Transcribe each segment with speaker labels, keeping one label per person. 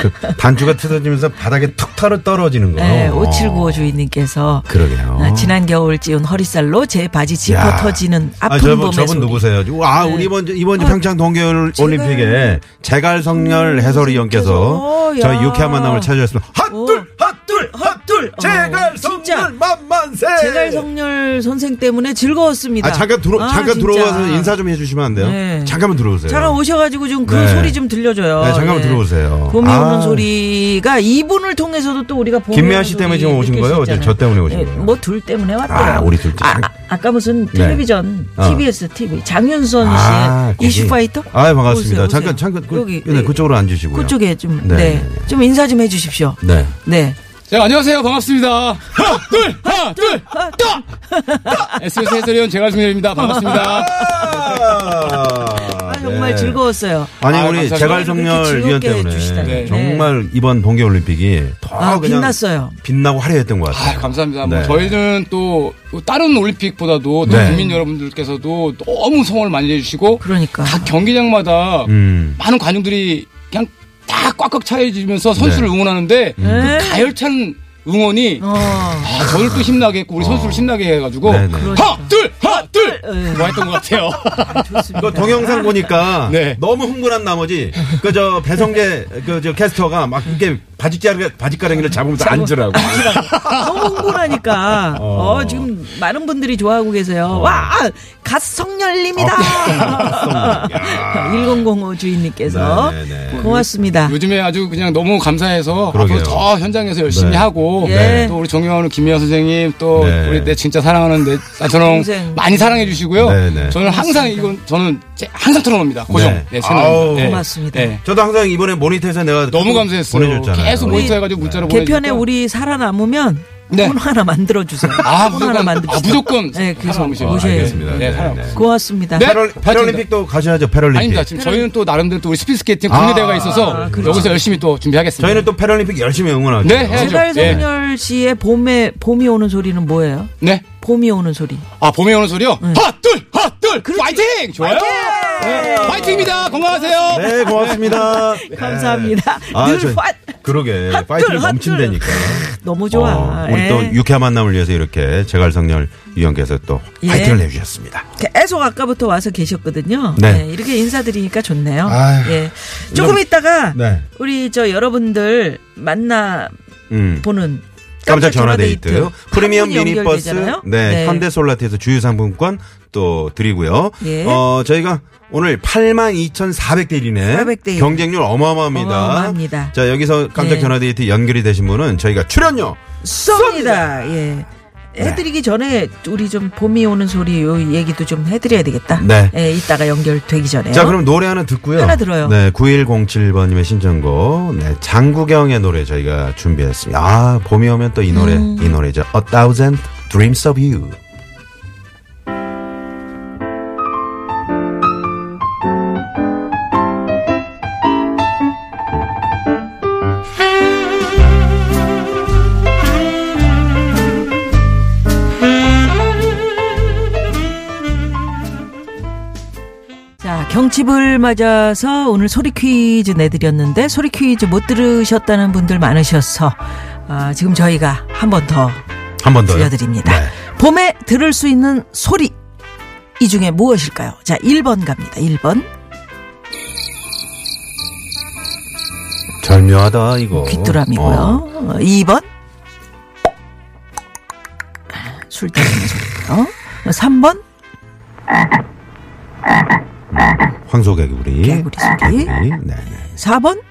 Speaker 1: 그 단주가 뜯어지면서 바닥에 툭 털어 떨어지는 거.
Speaker 2: 예,
Speaker 1: 어.
Speaker 2: 5795 주인님께서.
Speaker 1: 그러게요.
Speaker 2: 아, 지난 겨울 찌운 허리살로 제 바지 짚어
Speaker 1: 야.
Speaker 2: 터지는 아픈
Speaker 1: 아, 저분,
Speaker 2: 봄의
Speaker 1: 저분
Speaker 2: 소리. 네. 어,
Speaker 1: 누구세요? 아, 우리 이번, 이번 주 평창 동계올 올림픽에 재갈성렬 해설위원께서
Speaker 2: 어, 음, 야.
Speaker 1: 저희 유쾌한 만남을 찾으셨습니다. 핫둘, 핫둘, 핫둘,
Speaker 2: 어, 진짜.
Speaker 1: 재갈성렬 만만세!
Speaker 2: 제갈 성렬 선생 때문에 즐거웠습니다.
Speaker 1: 네. 아, 잠깐 들어,
Speaker 2: 아,
Speaker 1: 잠깐
Speaker 2: 진짜.
Speaker 1: 들어와서 인사 좀 해주시면 안 돼요?
Speaker 2: 네.
Speaker 1: 잠깐만 들어오세요.
Speaker 2: 잠깐 오셔가지고 좀 그
Speaker 1: 네.
Speaker 2: 소리 좀 들려줘요.
Speaker 1: 네, 잠깐만 들어오세요.
Speaker 2: 봄이
Speaker 1: 아.
Speaker 2: 오는 소리가 이분을 통해서도 또 우리가 봄이
Speaker 1: 김미아
Speaker 2: 오는
Speaker 1: 씨
Speaker 2: 소리
Speaker 1: 때문에 지금 오신
Speaker 2: 느낄 수
Speaker 1: 거예요?
Speaker 2: 있잖아요.
Speaker 1: 저 때문에 오신 거예요?
Speaker 2: 뭐 둘 때문에 왔더라고요.
Speaker 1: 아, 우리 둘 때.
Speaker 2: 아, 아, 까 무슨
Speaker 1: 네.
Speaker 2: 텔레비전
Speaker 1: 어. 아,
Speaker 2: TBS TV 장윤선 씨의
Speaker 1: 거기.
Speaker 2: 이슈파이터.
Speaker 1: 아, 반갑습니다.
Speaker 2: 오세요,
Speaker 1: 잠깐,
Speaker 2: 오세요.
Speaker 1: 잠깐, 그,
Speaker 2: 여기
Speaker 1: 네, 그쪽으로 앉으시고요.
Speaker 2: 그쪽에 좀
Speaker 1: 네.
Speaker 2: 네 좀 인사 좀 해주십시오.
Speaker 1: 네.
Speaker 2: 네.
Speaker 3: 자, 안녕하세요. 반갑습니다. 하나, 둘, 하나, 둘, 떠! SBS 해설위원 제갈승렬입니다. 반갑습니다.
Speaker 2: 아, 정말
Speaker 1: 네.
Speaker 2: 즐거웠어요.
Speaker 1: 아니
Speaker 3: 아,
Speaker 1: 우리
Speaker 3: 감사합니다.
Speaker 2: 이렇게
Speaker 1: 재갈성렬
Speaker 2: 즐겁게
Speaker 1: 위원 때문에
Speaker 2: 해주시다니. 네.
Speaker 1: 정말 이번 동계올림픽이 더
Speaker 2: 아,
Speaker 1: 그냥
Speaker 2: 빛났어요.
Speaker 1: 빛나고 화려했던 것
Speaker 3: 아,
Speaker 1: 같아요.
Speaker 3: 감사합니다.
Speaker 1: 네.
Speaker 3: 뭐 저희는 또 다른 올림픽보다도 또
Speaker 1: 네.
Speaker 3: 국민 여러분들께서도 너무 성원을 많이 해주시고
Speaker 2: 그러니까.
Speaker 3: 각 경기장마다
Speaker 1: 음.
Speaker 3: 많은 관중들이 그냥 다 꽉꽉 차해지면서 선수를
Speaker 1: 네.
Speaker 3: 응원하는데 그
Speaker 2: 네.
Speaker 3: 가열찬 응원이
Speaker 2: 어.
Speaker 3: 아, 저를 또 신나게 했고 우리 선수를 신나게 해가지고
Speaker 1: 네네.
Speaker 3: 하나, 둘, 하나, 둘!
Speaker 2: 네.
Speaker 3: 뭐 했던 것 같아요.
Speaker 2: 좋습니다.
Speaker 1: 그 동영상 보니까
Speaker 3: 네.
Speaker 1: 너무 흥분한 나머지 그 저 배성재 그 저 캐스터가 막 이렇게 바짓가랑 바짓가랑이를 잡으면서 앉으라고.
Speaker 2: 너무 흥분하니까 어.
Speaker 1: 어.
Speaker 2: 지금 많은 분들이 좋아하고 계세요. 와 갓성열님이다. 1005 주인님께서
Speaker 1: 네, 네, 네.
Speaker 2: 고맙습니다.
Speaker 3: 요즘에 아주 그냥 너무 감사해서
Speaker 1: 그러게요.
Speaker 3: 앞으로 더 현장에서 열심히
Speaker 1: 네.
Speaker 3: 하고
Speaker 2: 네.
Speaker 3: 또 우리 정영환 김미아 선생님 또
Speaker 1: 네.
Speaker 3: 우리 내 진짜 사랑하는 내 나선홍
Speaker 2: 동생.
Speaker 3: 많이 사랑해 주시고요.
Speaker 1: 네, 네.
Speaker 3: 저는 항상 이건 저는 제- 항상 틀어놓습니다. 고정.
Speaker 1: 네.
Speaker 3: 네. 네,
Speaker 1: 아우.
Speaker 2: 고맙습니다.
Speaker 1: 저도 항상 이번에 모니터에서 내가
Speaker 3: 예. 너무 감사했어요.
Speaker 1: 보내줬잖아요.
Speaker 3: 계속
Speaker 2: 우리 네.
Speaker 3: 모니터해가지고 문자로 보내.
Speaker 2: 개편에 우리 살아남으면
Speaker 3: 네.
Speaker 2: 폰 하나 만들어 주세요.
Speaker 3: 아
Speaker 2: 폰 하나
Speaker 3: 무조건
Speaker 2: 만들어.
Speaker 3: 아 무조건
Speaker 2: 네, 그래서
Speaker 3: 살아남으셔야 돼요.
Speaker 2: 모셔야
Speaker 1: 알겠습니다.
Speaker 3: 네,
Speaker 1: 네,
Speaker 3: 사랑.
Speaker 1: 네.
Speaker 2: 고맙습니다.
Speaker 3: 네.
Speaker 1: 패럴, 패럴림픽도 가셔야죠. 패럴림픽.
Speaker 3: 아닙니다. 지금 저희는 또 나름대로 또 우리 스피드 스케이팅 국내
Speaker 1: 아,
Speaker 3: 대회가 있어서
Speaker 2: 아, 그렇죠.
Speaker 3: 여기서 열심히 또 준비하겠습니다.
Speaker 1: 저희는 또 패럴림픽 열심히 응원하죠.
Speaker 3: 네, 해야죠.
Speaker 2: 제발
Speaker 3: 네.
Speaker 2: 성열 씨의 봄에 봄이 오는 소리는 뭐예요?
Speaker 3: 네.
Speaker 2: 봄이 오는 소리.
Speaker 3: 아 봄에 오는 소리요? 핫 둘, 핫 둘, 파이팅! 좋아요. 네, 파이팅입니다. 건강하세요.
Speaker 1: 네, 고맙습니다.
Speaker 2: 감사합니다.
Speaker 1: 아,
Speaker 2: 늘
Speaker 1: 저-
Speaker 2: 화-
Speaker 1: 그러게
Speaker 2: 핫둘,
Speaker 1: 파이팅이
Speaker 2: 핫둘.
Speaker 1: 넘친다니까.
Speaker 2: 너무 좋아.
Speaker 1: 어, 우리
Speaker 2: 예.
Speaker 1: 또 유쾌한 만남을 위해서 이렇게 제갈성렬 위원께서 또
Speaker 2: 예.
Speaker 1: 파이팅을 해주셨습니다.
Speaker 2: 계속 아까부터 와서 계셨거든요.
Speaker 1: 네.
Speaker 2: 네, 이렇게 인사드리니까 좋네요.
Speaker 1: 아휴.
Speaker 2: 예. 조금
Speaker 1: 이런-
Speaker 2: 있다가
Speaker 1: 네.
Speaker 2: 우리 저 여러분들 만나
Speaker 1: 음.
Speaker 2: 보는
Speaker 1: 깜짝 전화 데이트, 프리미엄 미니버스, 네, 현대
Speaker 2: 대
Speaker 1: 솔라티에서 주유 상품권 또 드리고요.
Speaker 2: 예.
Speaker 1: 어, 저희가 오늘 82,400대 1이네.
Speaker 2: 400대 일.
Speaker 1: 경쟁률 어마어마합니다.
Speaker 2: 어마어마합니다.
Speaker 1: 자, 여기서 깜짝
Speaker 2: 네.
Speaker 1: 전화 데이트 연결이 되신 분은 저희가 출연료
Speaker 2: 쏩니다. 예.
Speaker 1: 네.
Speaker 2: 해드리기 전에 우리 좀 봄이 오는 소리 요 얘기도 좀 해드려야 되겠다.
Speaker 1: 네.
Speaker 2: 예, 이따가 연결되기 전에.
Speaker 1: 자, 그럼 노래 하나 듣고요.
Speaker 2: 어? 하나 들어요.
Speaker 1: 네, 9107번님의 신청곡. 네, 장구경의 노래 저희가 준비했습니다. 아, 봄이 오면 또 이 노래,
Speaker 2: 음.
Speaker 1: 이 노래죠. A Thousand Dreams of You.
Speaker 2: 자, 경칩을 맞아서 오늘 소리 퀴즈 내드렸는데 소리 퀴즈 못 들으셨다는 분들 많으셔서 아, 지금 저희가 한 번 더
Speaker 1: 한 번 더요.
Speaker 2: 들려드립니다.
Speaker 1: 네.
Speaker 2: 봄에 들을 수 있는 소리 이 중에 무엇일까요? 자, 1번 갑니다. 1번.
Speaker 1: 절묘하다 이거.
Speaker 2: 귀뚜라미고요.
Speaker 1: 어.
Speaker 2: 어, 2번. 술 따르는 소리고요. 어, 3번.
Speaker 1: 황소개구리.
Speaker 2: 개구리 소리.
Speaker 1: 네네.
Speaker 2: 4번.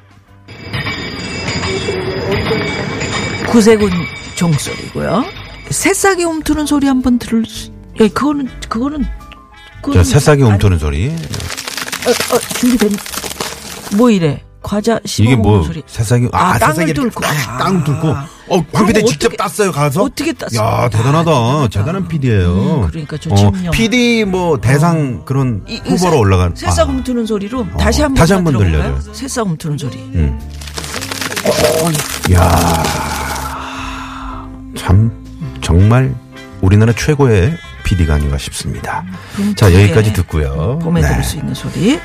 Speaker 2: 구세군 종소리고요. 새싹이 움트는 소리 한번 들을 수, 예, 그거는, 그거는,
Speaker 1: 저
Speaker 2: 그거는
Speaker 1: 새싹이 움트는 소리.
Speaker 2: 어, 준비된, 뭐 이래. 과자
Speaker 1: 이게
Speaker 2: 씹어먹는
Speaker 1: 뭐
Speaker 2: 소리.
Speaker 1: 새싹이
Speaker 2: 아, 땅을
Speaker 1: 새싹이 이렇게
Speaker 2: 뚫고.
Speaker 1: 딱 땅을 뚫고.
Speaker 2: 아.
Speaker 1: 어, 황피디
Speaker 2: 그럼
Speaker 1: 직접
Speaker 2: 어떻게-
Speaker 1: 땄어요 가서.
Speaker 2: 어떻게 땄어?
Speaker 1: 야 대단하다. 대단한 피디예요.
Speaker 2: 그러니까 저 집념. 어.
Speaker 1: PD 뭐 대상 그런
Speaker 2: 이- 이 새-
Speaker 1: 후보로 올라간.
Speaker 2: 새싹
Speaker 1: 아.
Speaker 2: 움트는 소리로 다시 한번
Speaker 1: 다시 한번 들려줘요.
Speaker 2: 새싹 움트는 소리.
Speaker 1: 야, 참 정말 우리나라 최고의 PD가 아닌가 싶습니다. 자
Speaker 2: 예.
Speaker 1: 여기까지 듣고요.
Speaker 2: 봄에
Speaker 1: 네.
Speaker 2: 들을 수 있는 소리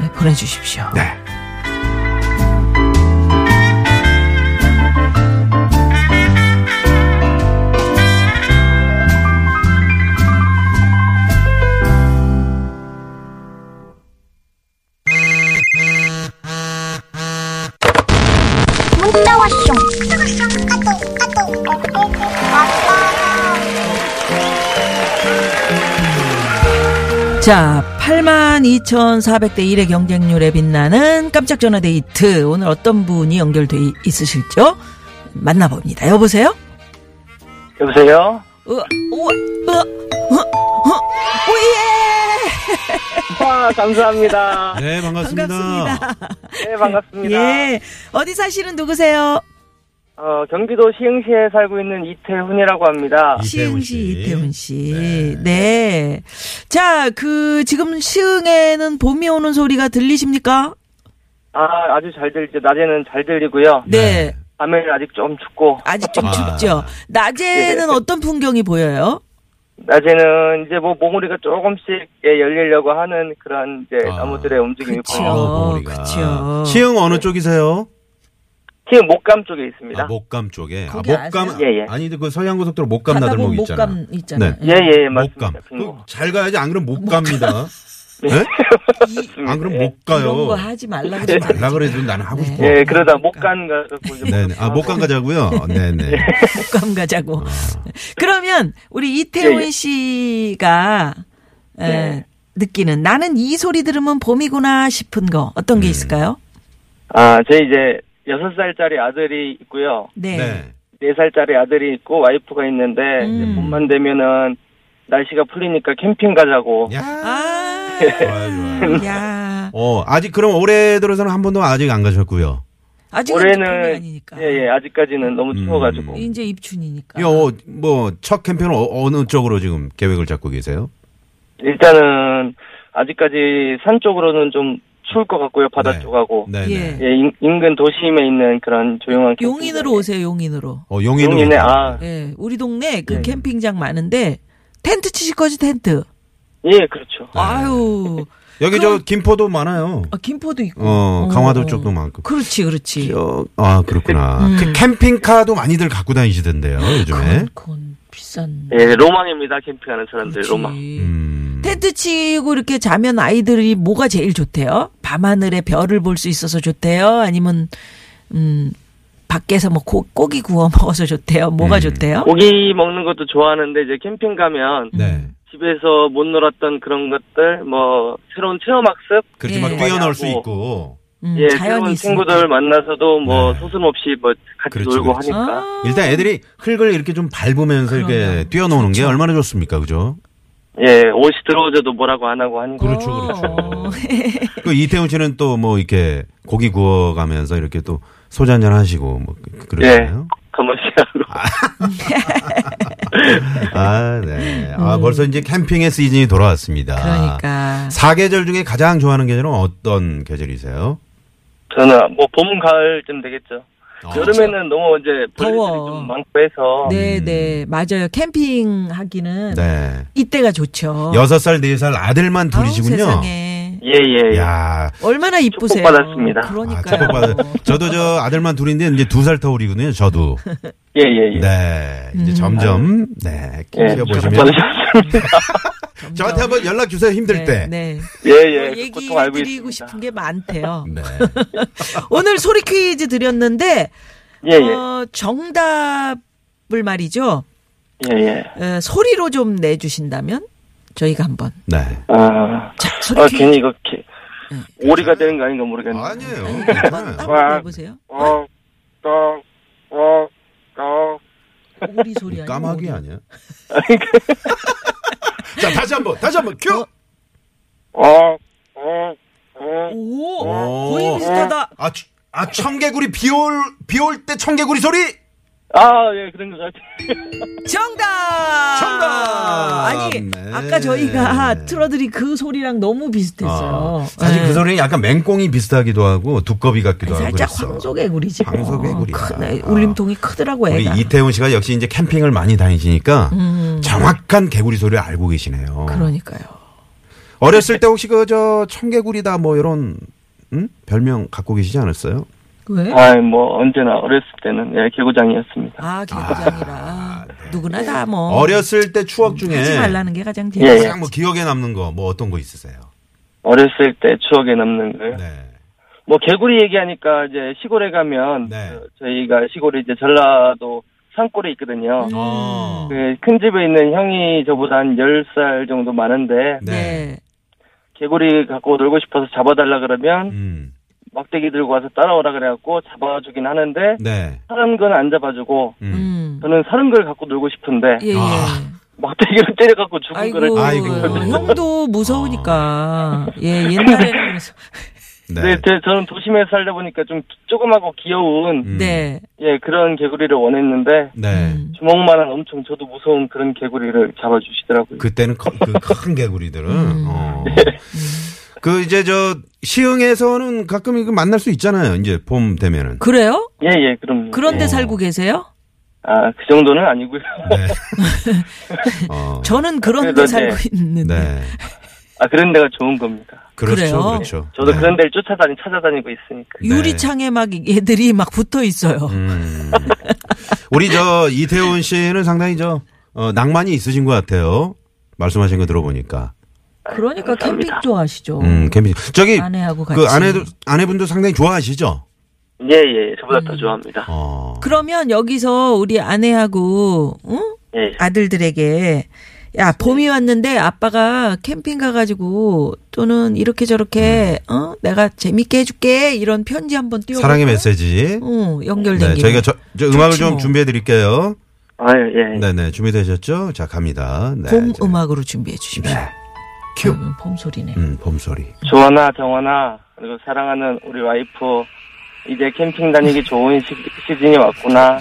Speaker 2: 네, 보내주십시오.
Speaker 1: 네.
Speaker 4: 문자 왔쇼 까똑 까똑 아빠
Speaker 2: 자, 82,400대 1의 경쟁률에 빛나는 깜짝 전화 데이트. 오늘 어떤 분이 연결돼 이- 있으실죠? 만나봅니다. 여보세요?
Speaker 5: 여보세요?
Speaker 2: 으, 우와, 으, 으, 으, 오예!
Speaker 5: 와, 아, 감사합니다.
Speaker 1: 네 반갑습니다.
Speaker 2: 반갑습니다.
Speaker 5: 네, 반갑습니다.
Speaker 2: 예. 어디 사시는 누구세요?
Speaker 5: 어, 경기도 시흥시에 살고 있는 이태훈이라고 합니다.
Speaker 1: 이태훈 씨.
Speaker 2: 시흥시 이태훈 씨. 네. 자, 그, 지금 시흥에는 봄이 오는 소리가 들리십니까?
Speaker 5: 아, 아주 잘 들리죠. 낮에는 잘 들리고요.
Speaker 2: 네.
Speaker 5: 밤에는 아직 좀 춥고,
Speaker 2: 아직 좀
Speaker 1: 아. 예.
Speaker 2: 춥죠. 낮에는 어떤 풍경이 보여요?
Speaker 5: 낮에는 이제 뭐 몽우리가 조금씩 예, 열리려고 하는 그런 이제
Speaker 1: 아,
Speaker 5: 나무들의 움직임이
Speaker 2: 그쵸.
Speaker 5: 보여요.
Speaker 2: 어,
Speaker 1: 봉우리가.
Speaker 2: 그쵸.
Speaker 1: 시흥 어느 쪽이세요?
Speaker 5: 지금 목감 쪽에 있습니다.
Speaker 1: 아, 목감 쪽에. 아,
Speaker 2: 거기
Speaker 1: 목감
Speaker 2: 아세요?
Speaker 5: 예, 예.
Speaker 1: 아니 그 서해안고속도로 목감
Speaker 2: 가다 보면
Speaker 1: 나들목 있잖아.
Speaker 2: 목감 있잖아요.
Speaker 1: 네.
Speaker 5: 예, 예, 맞습니다.
Speaker 1: 목감. 그잘 가야지 안 그럼 못 갑니다. 네? 안 그럼 못
Speaker 2: 이런 거
Speaker 1: 가요.
Speaker 2: 하지 말라 네. 그러지 말고.
Speaker 1: 말라 그래도 나는 하고 싶어.
Speaker 5: 예, 그러다 목간 가서 이제
Speaker 1: 네네. 아, 못 간 가자고요. 네네.
Speaker 2: 목감 가자고.
Speaker 1: 아.
Speaker 2: 그러면 우리 이태훈
Speaker 5: 예, 예.
Speaker 2: 씨가 에,
Speaker 5: 네.
Speaker 2: 느끼는 나는 이 소리 들으면 봄이구나 싶은 거 어떤
Speaker 1: 음.
Speaker 2: 게 있을까요?
Speaker 5: 아, 제 이제 여섯 살짜리 아들이 있고요.
Speaker 2: 네.
Speaker 1: 네.
Speaker 5: 네살짜리 아들이 있고 와이프가 있는데
Speaker 1: 음.
Speaker 5: 이제 봄만 되면은 날씨가 풀리니까 캠핑 가자고.
Speaker 1: 야.
Speaker 2: 아,
Speaker 1: 좋아요, 좋아요.
Speaker 2: 야.
Speaker 1: 어, 아직 그럼 올해 들어서는 한 번도 아직 안 가셨고요.
Speaker 2: 아직
Speaker 5: 올해는
Speaker 2: 아니니까.
Speaker 5: 예, 예, 아직까지는
Speaker 1: 음.
Speaker 5: 너무 추워가지고.
Speaker 2: 이제 입춘이니까.
Speaker 1: 이 어, 뭐, 첫 캠페인 어, 어느 쪽으로 지금 계획을 잡고 계세요?
Speaker 5: 일단은 아직까지 산 쪽으로는 좀 추울 것 같고요. 바다
Speaker 1: 네.
Speaker 5: 쪽하고.
Speaker 1: 네네.
Speaker 2: 예.
Speaker 5: 예, 인, 근근 도심에 있는 그런 조용한 캠핑.
Speaker 2: 용인으로 오세요. 용인으로.
Speaker 1: 어, 용인으로.
Speaker 5: 용인에 아,
Speaker 2: 예. 우리 동네 그 캠핑장 많은데 텐트 치실 거지 텐트.
Speaker 5: 예, 그렇죠.
Speaker 2: 아유.
Speaker 1: 여기
Speaker 2: 그럼-
Speaker 1: 저 김포도 많아요.
Speaker 2: 아, 김포도 있고.
Speaker 1: 어, 강화도
Speaker 2: 어.
Speaker 1: 쪽도 많고.
Speaker 2: 그렇지, 그렇지.
Speaker 1: 저, 아, 그렇구나.
Speaker 2: 음.
Speaker 1: 그 캠핑카도 많이들 갖고 다니시던데요, 요즘에.
Speaker 2: 그건, 네? 그건 비싼.
Speaker 5: 예, 로망입니다. 캠핑하는 사람들
Speaker 2: 그렇지.
Speaker 5: 예, 로망.
Speaker 1: 음.
Speaker 2: 텐트 치고 이렇게 자면 아이들이 뭐가 제일 좋대요? 밤하늘에 별을 볼 수 있어서 좋대요? 아니면, 음, 밖에서 뭐 고, 고기 구워 먹어서 좋대요? 뭐가
Speaker 1: 음.
Speaker 2: 좋대요?
Speaker 5: 고기 먹는 것도 좋아하는데 이제 캠핑 가면
Speaker 1: 네.
Speaker 2: 음.
Speaker 5: 집에서 못 놀았던 그런 것들, 뭐 새로운 체험 학습
Speaker 1: 그렇지,
Speaker 2: 예.
Speaker 1: 막 뛰어놀 수
Speaker 5: 많이 하고.
Speaker 1: 있고.
Speaker 2: 음,
Speaker 5: 예,
Speaker 2: 자연이
Speaker 5: 새로운
Speaker 2: 있으니까.
Speaker 5: 친구들 만나서도 뭐
Speaker 1: 네.
Speaker 5: 소슴없이 뭐 같이
Speaker 1: 그렇죠,
Speaker 5: 놀고
Speaker 1: 그렇죠.
Speaker 5: 하니까.
Speaker 2: 아,
Speaker 1: 일단 애들이 흙을 이렇게 좀 밟으면서 이렇게 뛰어노는
Speaker 2: 그렇죠.
Speaker 1: 게 얼마나 좋습니까, 그죠?
Speaker 5: 예, 옷이 들어오져도 뭐라고 안 하고 하니까.
Speaker 1: 그렇죠,
Speaker 2: 어.
Speaker 1: 그 이태훈 씨는 또 뭐 이렇게 고기 구워가면서 이렇게 또 소주 한잔 하시고 뭐 그-
Speaker 5: 예,
Speaker 1: 그러잖아요.
Speaker 5: 가만히하고
Speaker 2: 네.
Speaker 1: 아, 네. 아, 벌써 이제 캠핑의 시즌이 돌아왔습니다.
Speaker 2: 음. 그러니까.
Speaker 1: 사계절 중에 가장 좋아하는 계절은 어떤 계절이세요?
Speaker 5: 저는 뭐 봄, 가을쯤 되겠죠.
Speaker 1: 아, 그렇죠.
Speaker 5: 여름에는 너무 이제 볼 일이
Speaker 2: 더워.
Speaker 5: 좀 많고 해서.
Speaker 2: 네, 네. 맞아요. 캠핑 하기는
Speaker 1: 네.
Speaker 2: 이때가 좋죠.
Speaker 1: 여섯 살, 네 살 아들만
Speaker 2: 어. 아우,
Speaker 1: 둘이시군요.
Speaker 2: 세상에.
Speaker 5: 예, 예. 예.
Speaker 1: 야.
Speaker 2: 얼마나 이쁘세요.
Speaker 5: 축복받았습니다.
Speaker 1: 아,
Speaker 2: 그러니까요. 네,
Speaker 1: 축복받아. 저도 저 아들만 둘인데 이제 두 살 터울이거든요. 저도.
Speaker 5: 예, 예, 예.
Speaker 2: 음.
Speaker 1: 네. 이제 점점 네.
Speaker 5: 예,
Speaker 1: 키워 보시면
Speaker 5: 축복받으셨습니다.
Speaker 2: 점점-
Speaker 1: 저한테 한번 연락 주세요. 힘들
Speaker 2: 네,
Speaker 1: 때.
Speaker 2: 네.
Speaker 5: 예, 예.
Speaker 2: 얘기
Speaker 5: 보통 알고
Speaker 2: 드리고
Speaker 5: 있습니다.
Speaker 2: 싶은 게 많대요.
Speaker 1: 네.
Speaker 2: 오늘 소리 퀴즈 드렸는데
Speaker 5: 예, 예.
Speaker 2: 어, 정답을 말이죠.
Speaker 5: 예, 예.
Speaker 2: 에, 소리로 좀 내주신다면 저희가 한번
Speaker 1: 네.
Speaker 5: 아,
Speaker 2: 자 소리
Speaker 5: 아
Speaker 2: 퀴즈
Speaker 5: 괜히 이거 게- 오리가 되는 거 아닌가 모르겠네.
Speaker 1: 아니에요.
Speaker 2: 한번
Speaker 1: 네.
Speaker 2: 한번 해보세요.
Speaker 5: 어, 어, 어, 어.
Speaker 2: 오리 소리 아니에요?
Speaker 1: 까마귀
Speaker 2: 오리.
Speaker 1: 아니야? 자, 다시 한 번. 다시 한 번. 큐.
Speaker 5: 어, 어, 어.
Speaker 2: 오,
Speaker 1: 오.
Speaker 2: 거의 비슷하다.
Speaker 1: 아, 추- 아 청개구리 비올 비올 때 청개구리 소리.
Speaker 5: 아, 예, 그런 것 같아요.
Speaker 2: 정답!
Speaker 1: 정답!
Speaker 2: 아니,
Speaker 1: 네.
Speaker 2: 아까 저희가 틀어드린 그 소리랑 너무 비슷했어요.
Speaker 1: 아, 사실
Speaker 2: 네.
Speaker 1: 그 소리는 약간 맹꽁이 비슷하기도 하고 두꺼비 같기도 하고
Speaker 2: 살짝
Speaker 1: 그랬어.
Speaker 2: 황소개구리지. 뭐.
Speaker 1: 황소개구리다.
Speaker 2: 큰 애,
Speaker 1: 아.
Speaker 2: 울림통이 크더라고,
Speaker 1: 우리
Speaker 2: 애가.
Speaker 1: 이태훈 씨가 역시 이제 캠핑을 많이 다니시니까 정확한 개구리 소리를 알고 계시네요.
Speaker 2: 음. 그렇죠. 그러니까요.
Speaker 1: 어렸을 때 혹시 그 저 청개구리다 뭐 이런 응? 별명 갖고 계시지 않았어요?
Speaker 2: 왜?
Speaker 5: 아, 뭐 언제나 어렸을 때는 예, 개구장이었습니다.
Speaker 2: 아, 개구장이라. 누구나 다 뭐.
Speaker 1: 네. 어렸을 때 추억 중에
Speaker 2: 하지 말라는 게 가장
Speaker 5: 예,
Speaker 2: 제일.
Speaker 5: 예.
Speaker 1: 가장 뭐 기억에 남는 거 뭐 어떤 거 있으세요?
Speaker 5: 어렸을 때 추억에 남는 거요.
Speaker 1: 네.
Speaker 5: 뭐 개구리 얘기하니까 이제 시골에 가면
Speaker 1: 네.
Speaker 5: 그 저희가 시골에 이제 전라도 산골에 있거든요.
Speaker 1: 어.
Speaker 5: 그 큰 집에 있는 형이 저보다 한 10살 정도 많은데
Speaker 1: 네.
Speaker 5: 개구리 갖고 놀고 싶어서 잡아달라 그러면
Speaker 1: 음.
Speaker 5: 막대기 들고 와서 따라오라 그래갖고 잡아주긴 하는데
Speaker 1: 네.
Speaker 5: 사는 건 안 잡아주고
Speaker 1: 음.
Speaker 2: 음.
Speaker 5: 저는 사는 걸 갖고 놀고 싶은데
Speaker 2: 예, 예.
Speaker 1: 아.
Speaker 5: 막대기를 때려갖고 죽은 거를
Speaker 2: 아이고,
Speaker 1: 아이고. 아.
Speaker 2: 형도 무서우니까. 예, 옛날에는 그래서.
Speaker 1: 네.
Speaker 5: 네, 제- 저는 도심에 살다 보니까 좀 조그맣고 귀여운
Speaker 1: 음.
Speaker 2: 네.
Speaker 5: 예 그런 개구리를 원했는데
Speaker 1: 네.
Speaker 2: 음.
Speaker 5: 주먹만한 엄청 저도 무서운 그런 개구리를 잡아주시더라고요.
Speaker 1: 그때는 그큰 개구리들은
Speaker 2: 음.
Speaker 1: 어.
Speaker 2: 네.
Speaker 1: 그 이제 저 시흥에서는 가끔 이거 만날 수 있잖아요. 이제 봄 되면은.
Speaker 2: 그래요?
Speaker 5: 예, 예, 그럼요.
Speaker 2: 그런데
Speaker 1: 어.
Speaker 2: 살고 계세요?
Speaker 5: 아, 그 정도는 아니고요.
Speaker 1: 네. 어.
Speaker 2: 저는 그런데
Speaker 5: 그래도
Speaker 2: 살고 있는데.
Speaker 1: 네.
Speaker 5: 아, 그런 데가 좋은 겁니다.
Speaker 1: 그렇죠.
Speaker 2: 그래요?
Speaker 1: 그렇죠.
Speaker 5: 저도
Speaker 1: 네.
Speaker 5: 그런 데를 쫓아다니, 찾아다니고 있으니까.
Speaker 1: 네.
Speaker 2: 유리창에 막 얘들이 막 붙어 있어요.
Speaker 1: 음. 우리 저 이태훈 씨는 상당히 저 어, 낭만이 있으신 것 같아요. 말씀하신 거 들어보니까.
Speaker 2: 그러니까 캠핑 좋아하시죠.
Speaker 1: 음, 캠핑. 저기
Speaker 2: 어. 아내하고 같이.
Speaker 1: 그 아내도 아내분도 상당히 좋아하시죠. 음.
Speaker 5: 예, 예, 저보다 더 좋아합니다.
Speaker 1: 어.
Speaker 2: 그러면 여기서 우리 아내하고 응?
Speaker 5: 예,
Speaker 1: 네.
Speaker 5: 예.
Speaker 2: 아들들에게 야 봄이 왔는데 아빠가 캠핑 가가지고 또는 이렇게 저렇게 어 내가 재밌게 해줄게 이런 편지 한번 띄워.
Speaker 1: 음. 사랑의 메시지.
Speaker 2: 응 연결된
Speaker 1: 네,
Speaker 2: 게.
Speaker 1: 저희가 저, 저 음악을 좀
Speaker 2: 음. 뭐.
Speaker 1: 준비해 드릴게요.
Speaker 5: 아, 예, 예.
Speaker 1: 네, 네. 준비되셨죠? 자, 갑니다. 네.
Speaker 2: 봄
Speaker 1: 이제.
Speaker 2: 음악으로 준비해 주십시오.
Speaker 1: 네. 큐.
Speaker 2: 음, 봄 소리네.
Speaker 1: 음, 봄 소리.
Speaker 5: 조원아, 정원아, 그리고 사랑하는 우리 와이프, 이제 캠핑 다니기 좋은 시, 시즌이 왔구나.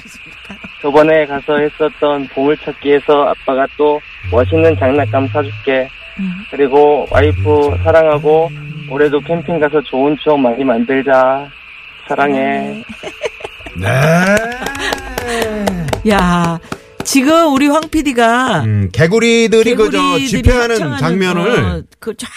Speaker 5: 저번에 가서 했었던 보물찾기에서 아빠가 또 멋있는 장난감 사줄게. 그리고 와이프 사랑하고 올해도 캠핑 가서 좋은 추억 많이 만들자. 사랑해.
Speaker 2: 야 지금 우리 황 PD가
Speaker 1: 음, 개구리들이 그 저
Speaker 2: 개구리들이
Speaker 1: 집회하는
Speaker 2: 합창하는
Speaker 1: 장면을
Speaker 2: 그쫙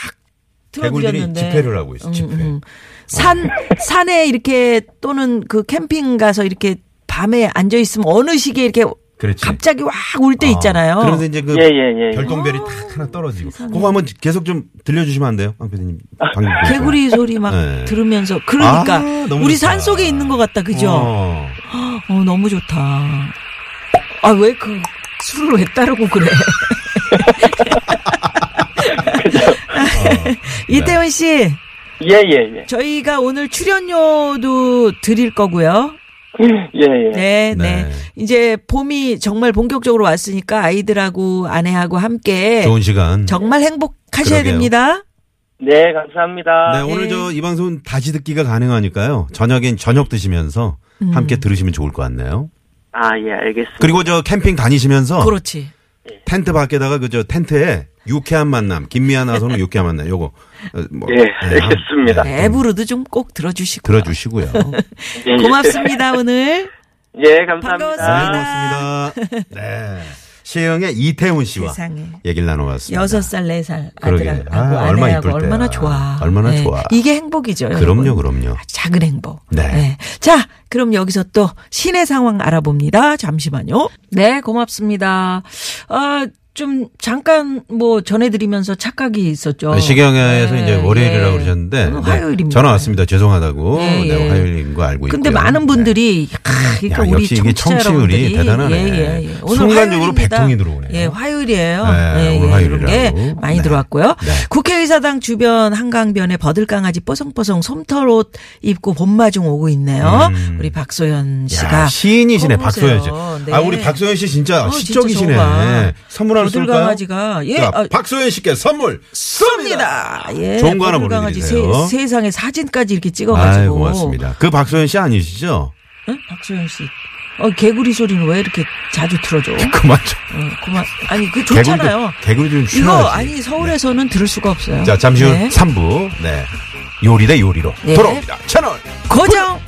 Speaker 1: 개구리들이
Speaker 2: 틀어드렸는데
Speaker 1: 집회를 하고 있어. 집회.
Speaker 2: 음, 음. 산 산에 이렇게 또는 그 캠핑 가서 이렇게 밤에 앉아 있으면 어느 시기에 이렇게
Speaker 1: 그렇지. 어.
Speaker 2: 갑자기 확 울 때 있잖아요.
Speaker 1: 그러면서 이제 그
Speaker 5: 예, 예,
Speaker 2: 네.
Speaker 5: 예.
Speaker 1: 별똥별이
Speaker 2: 아,
Speaker 1: 탁 하나 떨어지고. 그거 한번 계속 좀 들려주시면 안 돼요, 황 PD님? 방금 그거.
Speaker 2: 개구리 소리 막
Speaker 1: 네.
Speaker 2: 들으면서 그러니까
Speaker 1: 아, 너무
Speaker 2: 우리
Speaker 1: 좋다.
Speaker 2: 산 속에 있는 것 같다 그죠? 어,
Speaker 1: 어.
Speaker 2: 너무 좋다. 아 왜 그 술을 왜 따르고 그래? 아,
Speaker 1: 어.
Speaker 2: 이태원 씨,
Speaker 5: 예, 예, 예.
Speaker 2: 저희가 오늘 출연료도 드릴 거고요.
Speaker 5: 예, 예.
Speaker 2: 네,
Speaker 1: 네.
Speaker 2: 네. 이제 봄이 정말 본격적으로 왔으니까 아이들하고 아내하고 함께
Speaker 1: 네. 좋은 시간.
Speaker 2: 정말 행복하셔야
Speaker 1: 그러게요.
Speaker 2: 됩니다.
Speaker 5: 네, 감사합니다.
Speaker 1: 네, 오늘
Speaker 2: 예.
Speaker 1: 저 이 방송은 다시 듣기가 가능하니까요. 저녁엔 저녁 드시면서
Speaker 2: 음.
Speaker 1: 함께 들으시면 좋을 것 같네요.
Speaker 5: 아, 예, 알겠습니다.
Speaker 1: 그리고 저 캠핑 다니시면서
Speaker 2: 그렇지.
Speaker 1: 텐트 밖에다가 그 저 텐트에 유쾌한 만남, 김미아 나서는 유쾌한 만남 요거 어, 뭐,
Speaker 5: 예, 알겠습니다.
Speaker 1: 네, 좀
Speaker 2: 앱으로도 좀 꼭 들어주시고.
Speaker 1: 들어주시고요.
Speaker 2: 네.
Speaker 5: 예, 예.
Speaker 2: 고맙습니다, 오늘.
Speaker 5: 예, 감사합니다.
Speaker 2: 반가웠습니다.
Speaker 1: 네, 고맙습니다. 네. 시흥의 이태훈 씨와
Speaker 2: 세상에.
Speaker 1: 얘기를 나눠봤습니다.
Speaker 2: 여섯 살, 네 살
Speaker 1: 그러게.
Speaker 2: 아들하고
Speaker 1: 아, 얼마나
Speaker 2: 아내하고
Speaker 1: 이쁠 때야.
Speaker 2: 얼마나 좋아. 네.
Speaker 1: 얼마나 좋아.
Speaker 2: 이게 행복이죠.
Speaker 1: 그럼요,
Speaker 2: 여러분.
Speaker 1: 그럼요.
Speaker 2: 아, 작은 행복.
Speaker 1: 네.
Speaker 2: 자, 그럼 여기서 또 시내 상황 알아봅니다. 잠시만요. 네, 고맙습니다. 아, 좀 잠깐 뭐 전해드리면서 착각이 있었죠.
Speaker 1: 아, 시경야에서
Speaker 2: 네,
Speaker 1: 이제 월요일이라고
Speaker 2: 예.
Speaker 1: 그러셨는데
Speaker 2: 저는
Speaker 1: 네,
Speaker 2: 화요일입니다.
Speaker 1: 전화 왔습니다. 죄송하다고
Speaker 2: 예, 예.
Speaker 1: 네, 화요일인 거 알고 있고요.
Speaker 2: 근데
Speaker 1: 네.
Speaker 2: 많은 분들이 아, 그러니까
Speaker 1: 야,
Speaker 2: 우리
Speaker 1: 역시 이게
Speaker 2: 청취자 여러분들이
Speaker 1: 청취율이 대단하네.
Speaker 2: 예, 예, 예. 오늘
Speaker 1: 순간적으로
Speaker 2: 화요일입니다.
Speaker 1: 100통이 들어오네요.
Speaker 2: 예, 화요일이에요.
Speaker 1: 네,
Speaker 2: 예,
Speaker 1: 오늘
Speaker 2: 예, 이런
Speaker 1: 화요일이라고.
Speaker 2: 게 많이
Speaker 1: 네.
Speaker 2: 들어왔고요.
Speaker 1: 네.
Speaker 2: 국회의사당 주변 한강변에 버들강아지 뽀송뽀송 솜털옷 입고 봄마중 오고 있네요. 우리 박소연 씨가
Speaker 1: 음. 야, 시인이시네
Speaker 2: 거보세요.
Speaker 1: 박소연 씨.
Speaker 2: 네.
Speaker 1: 아 우리 박소연 씨 진짜
Speaker 2: 어, 진짜
Speaker 1: 시적이시네.
Speaker 2: 저거가.
Speaker 1: 선물할 수 있을까요?
Speaker 2: 버들강아지가 예,
Speaker 1: 자,
Speaker 2: 아,
Speaker 1: 박소연 씨께 선물 쏩니다.
Speaker 2: 쏩니다. 예,
Speaker 1: 좋은 거 하나
Speaker 2: 버들강아지
Speaker 1: 보내드리세요.
Speaker 2: 세, 상에 사진까지 이렇게
Speaker 1: 아
Speaker 2: 찍어가지고
Speaker 1: 고맙습니다. 그 박소연 씨 아니시죠?
Speaker 2: 응? 박소영 씨. 어, 개구리 소리는 왜 이렇게 자주 틀어줘? 어,
Speaker 1: 그만 좀.
Speaker 2: 그만. 아니, 그 좋잖아요.
Speaker 1: 개구리 좀
Speaker 2: 이거
Speaker 1: 쉬어야지.
Speaker 2: 아니 서울에서는 들을 수가 없어요.
Speaker 1: 자 잠시 후
Speaker 2: 네.
Speaker 1: 3부 네 요리 대 요리로
Speaker 2: 네.
Speaker 1: 돌아옵니다. 채널
Speaker 2: 고정.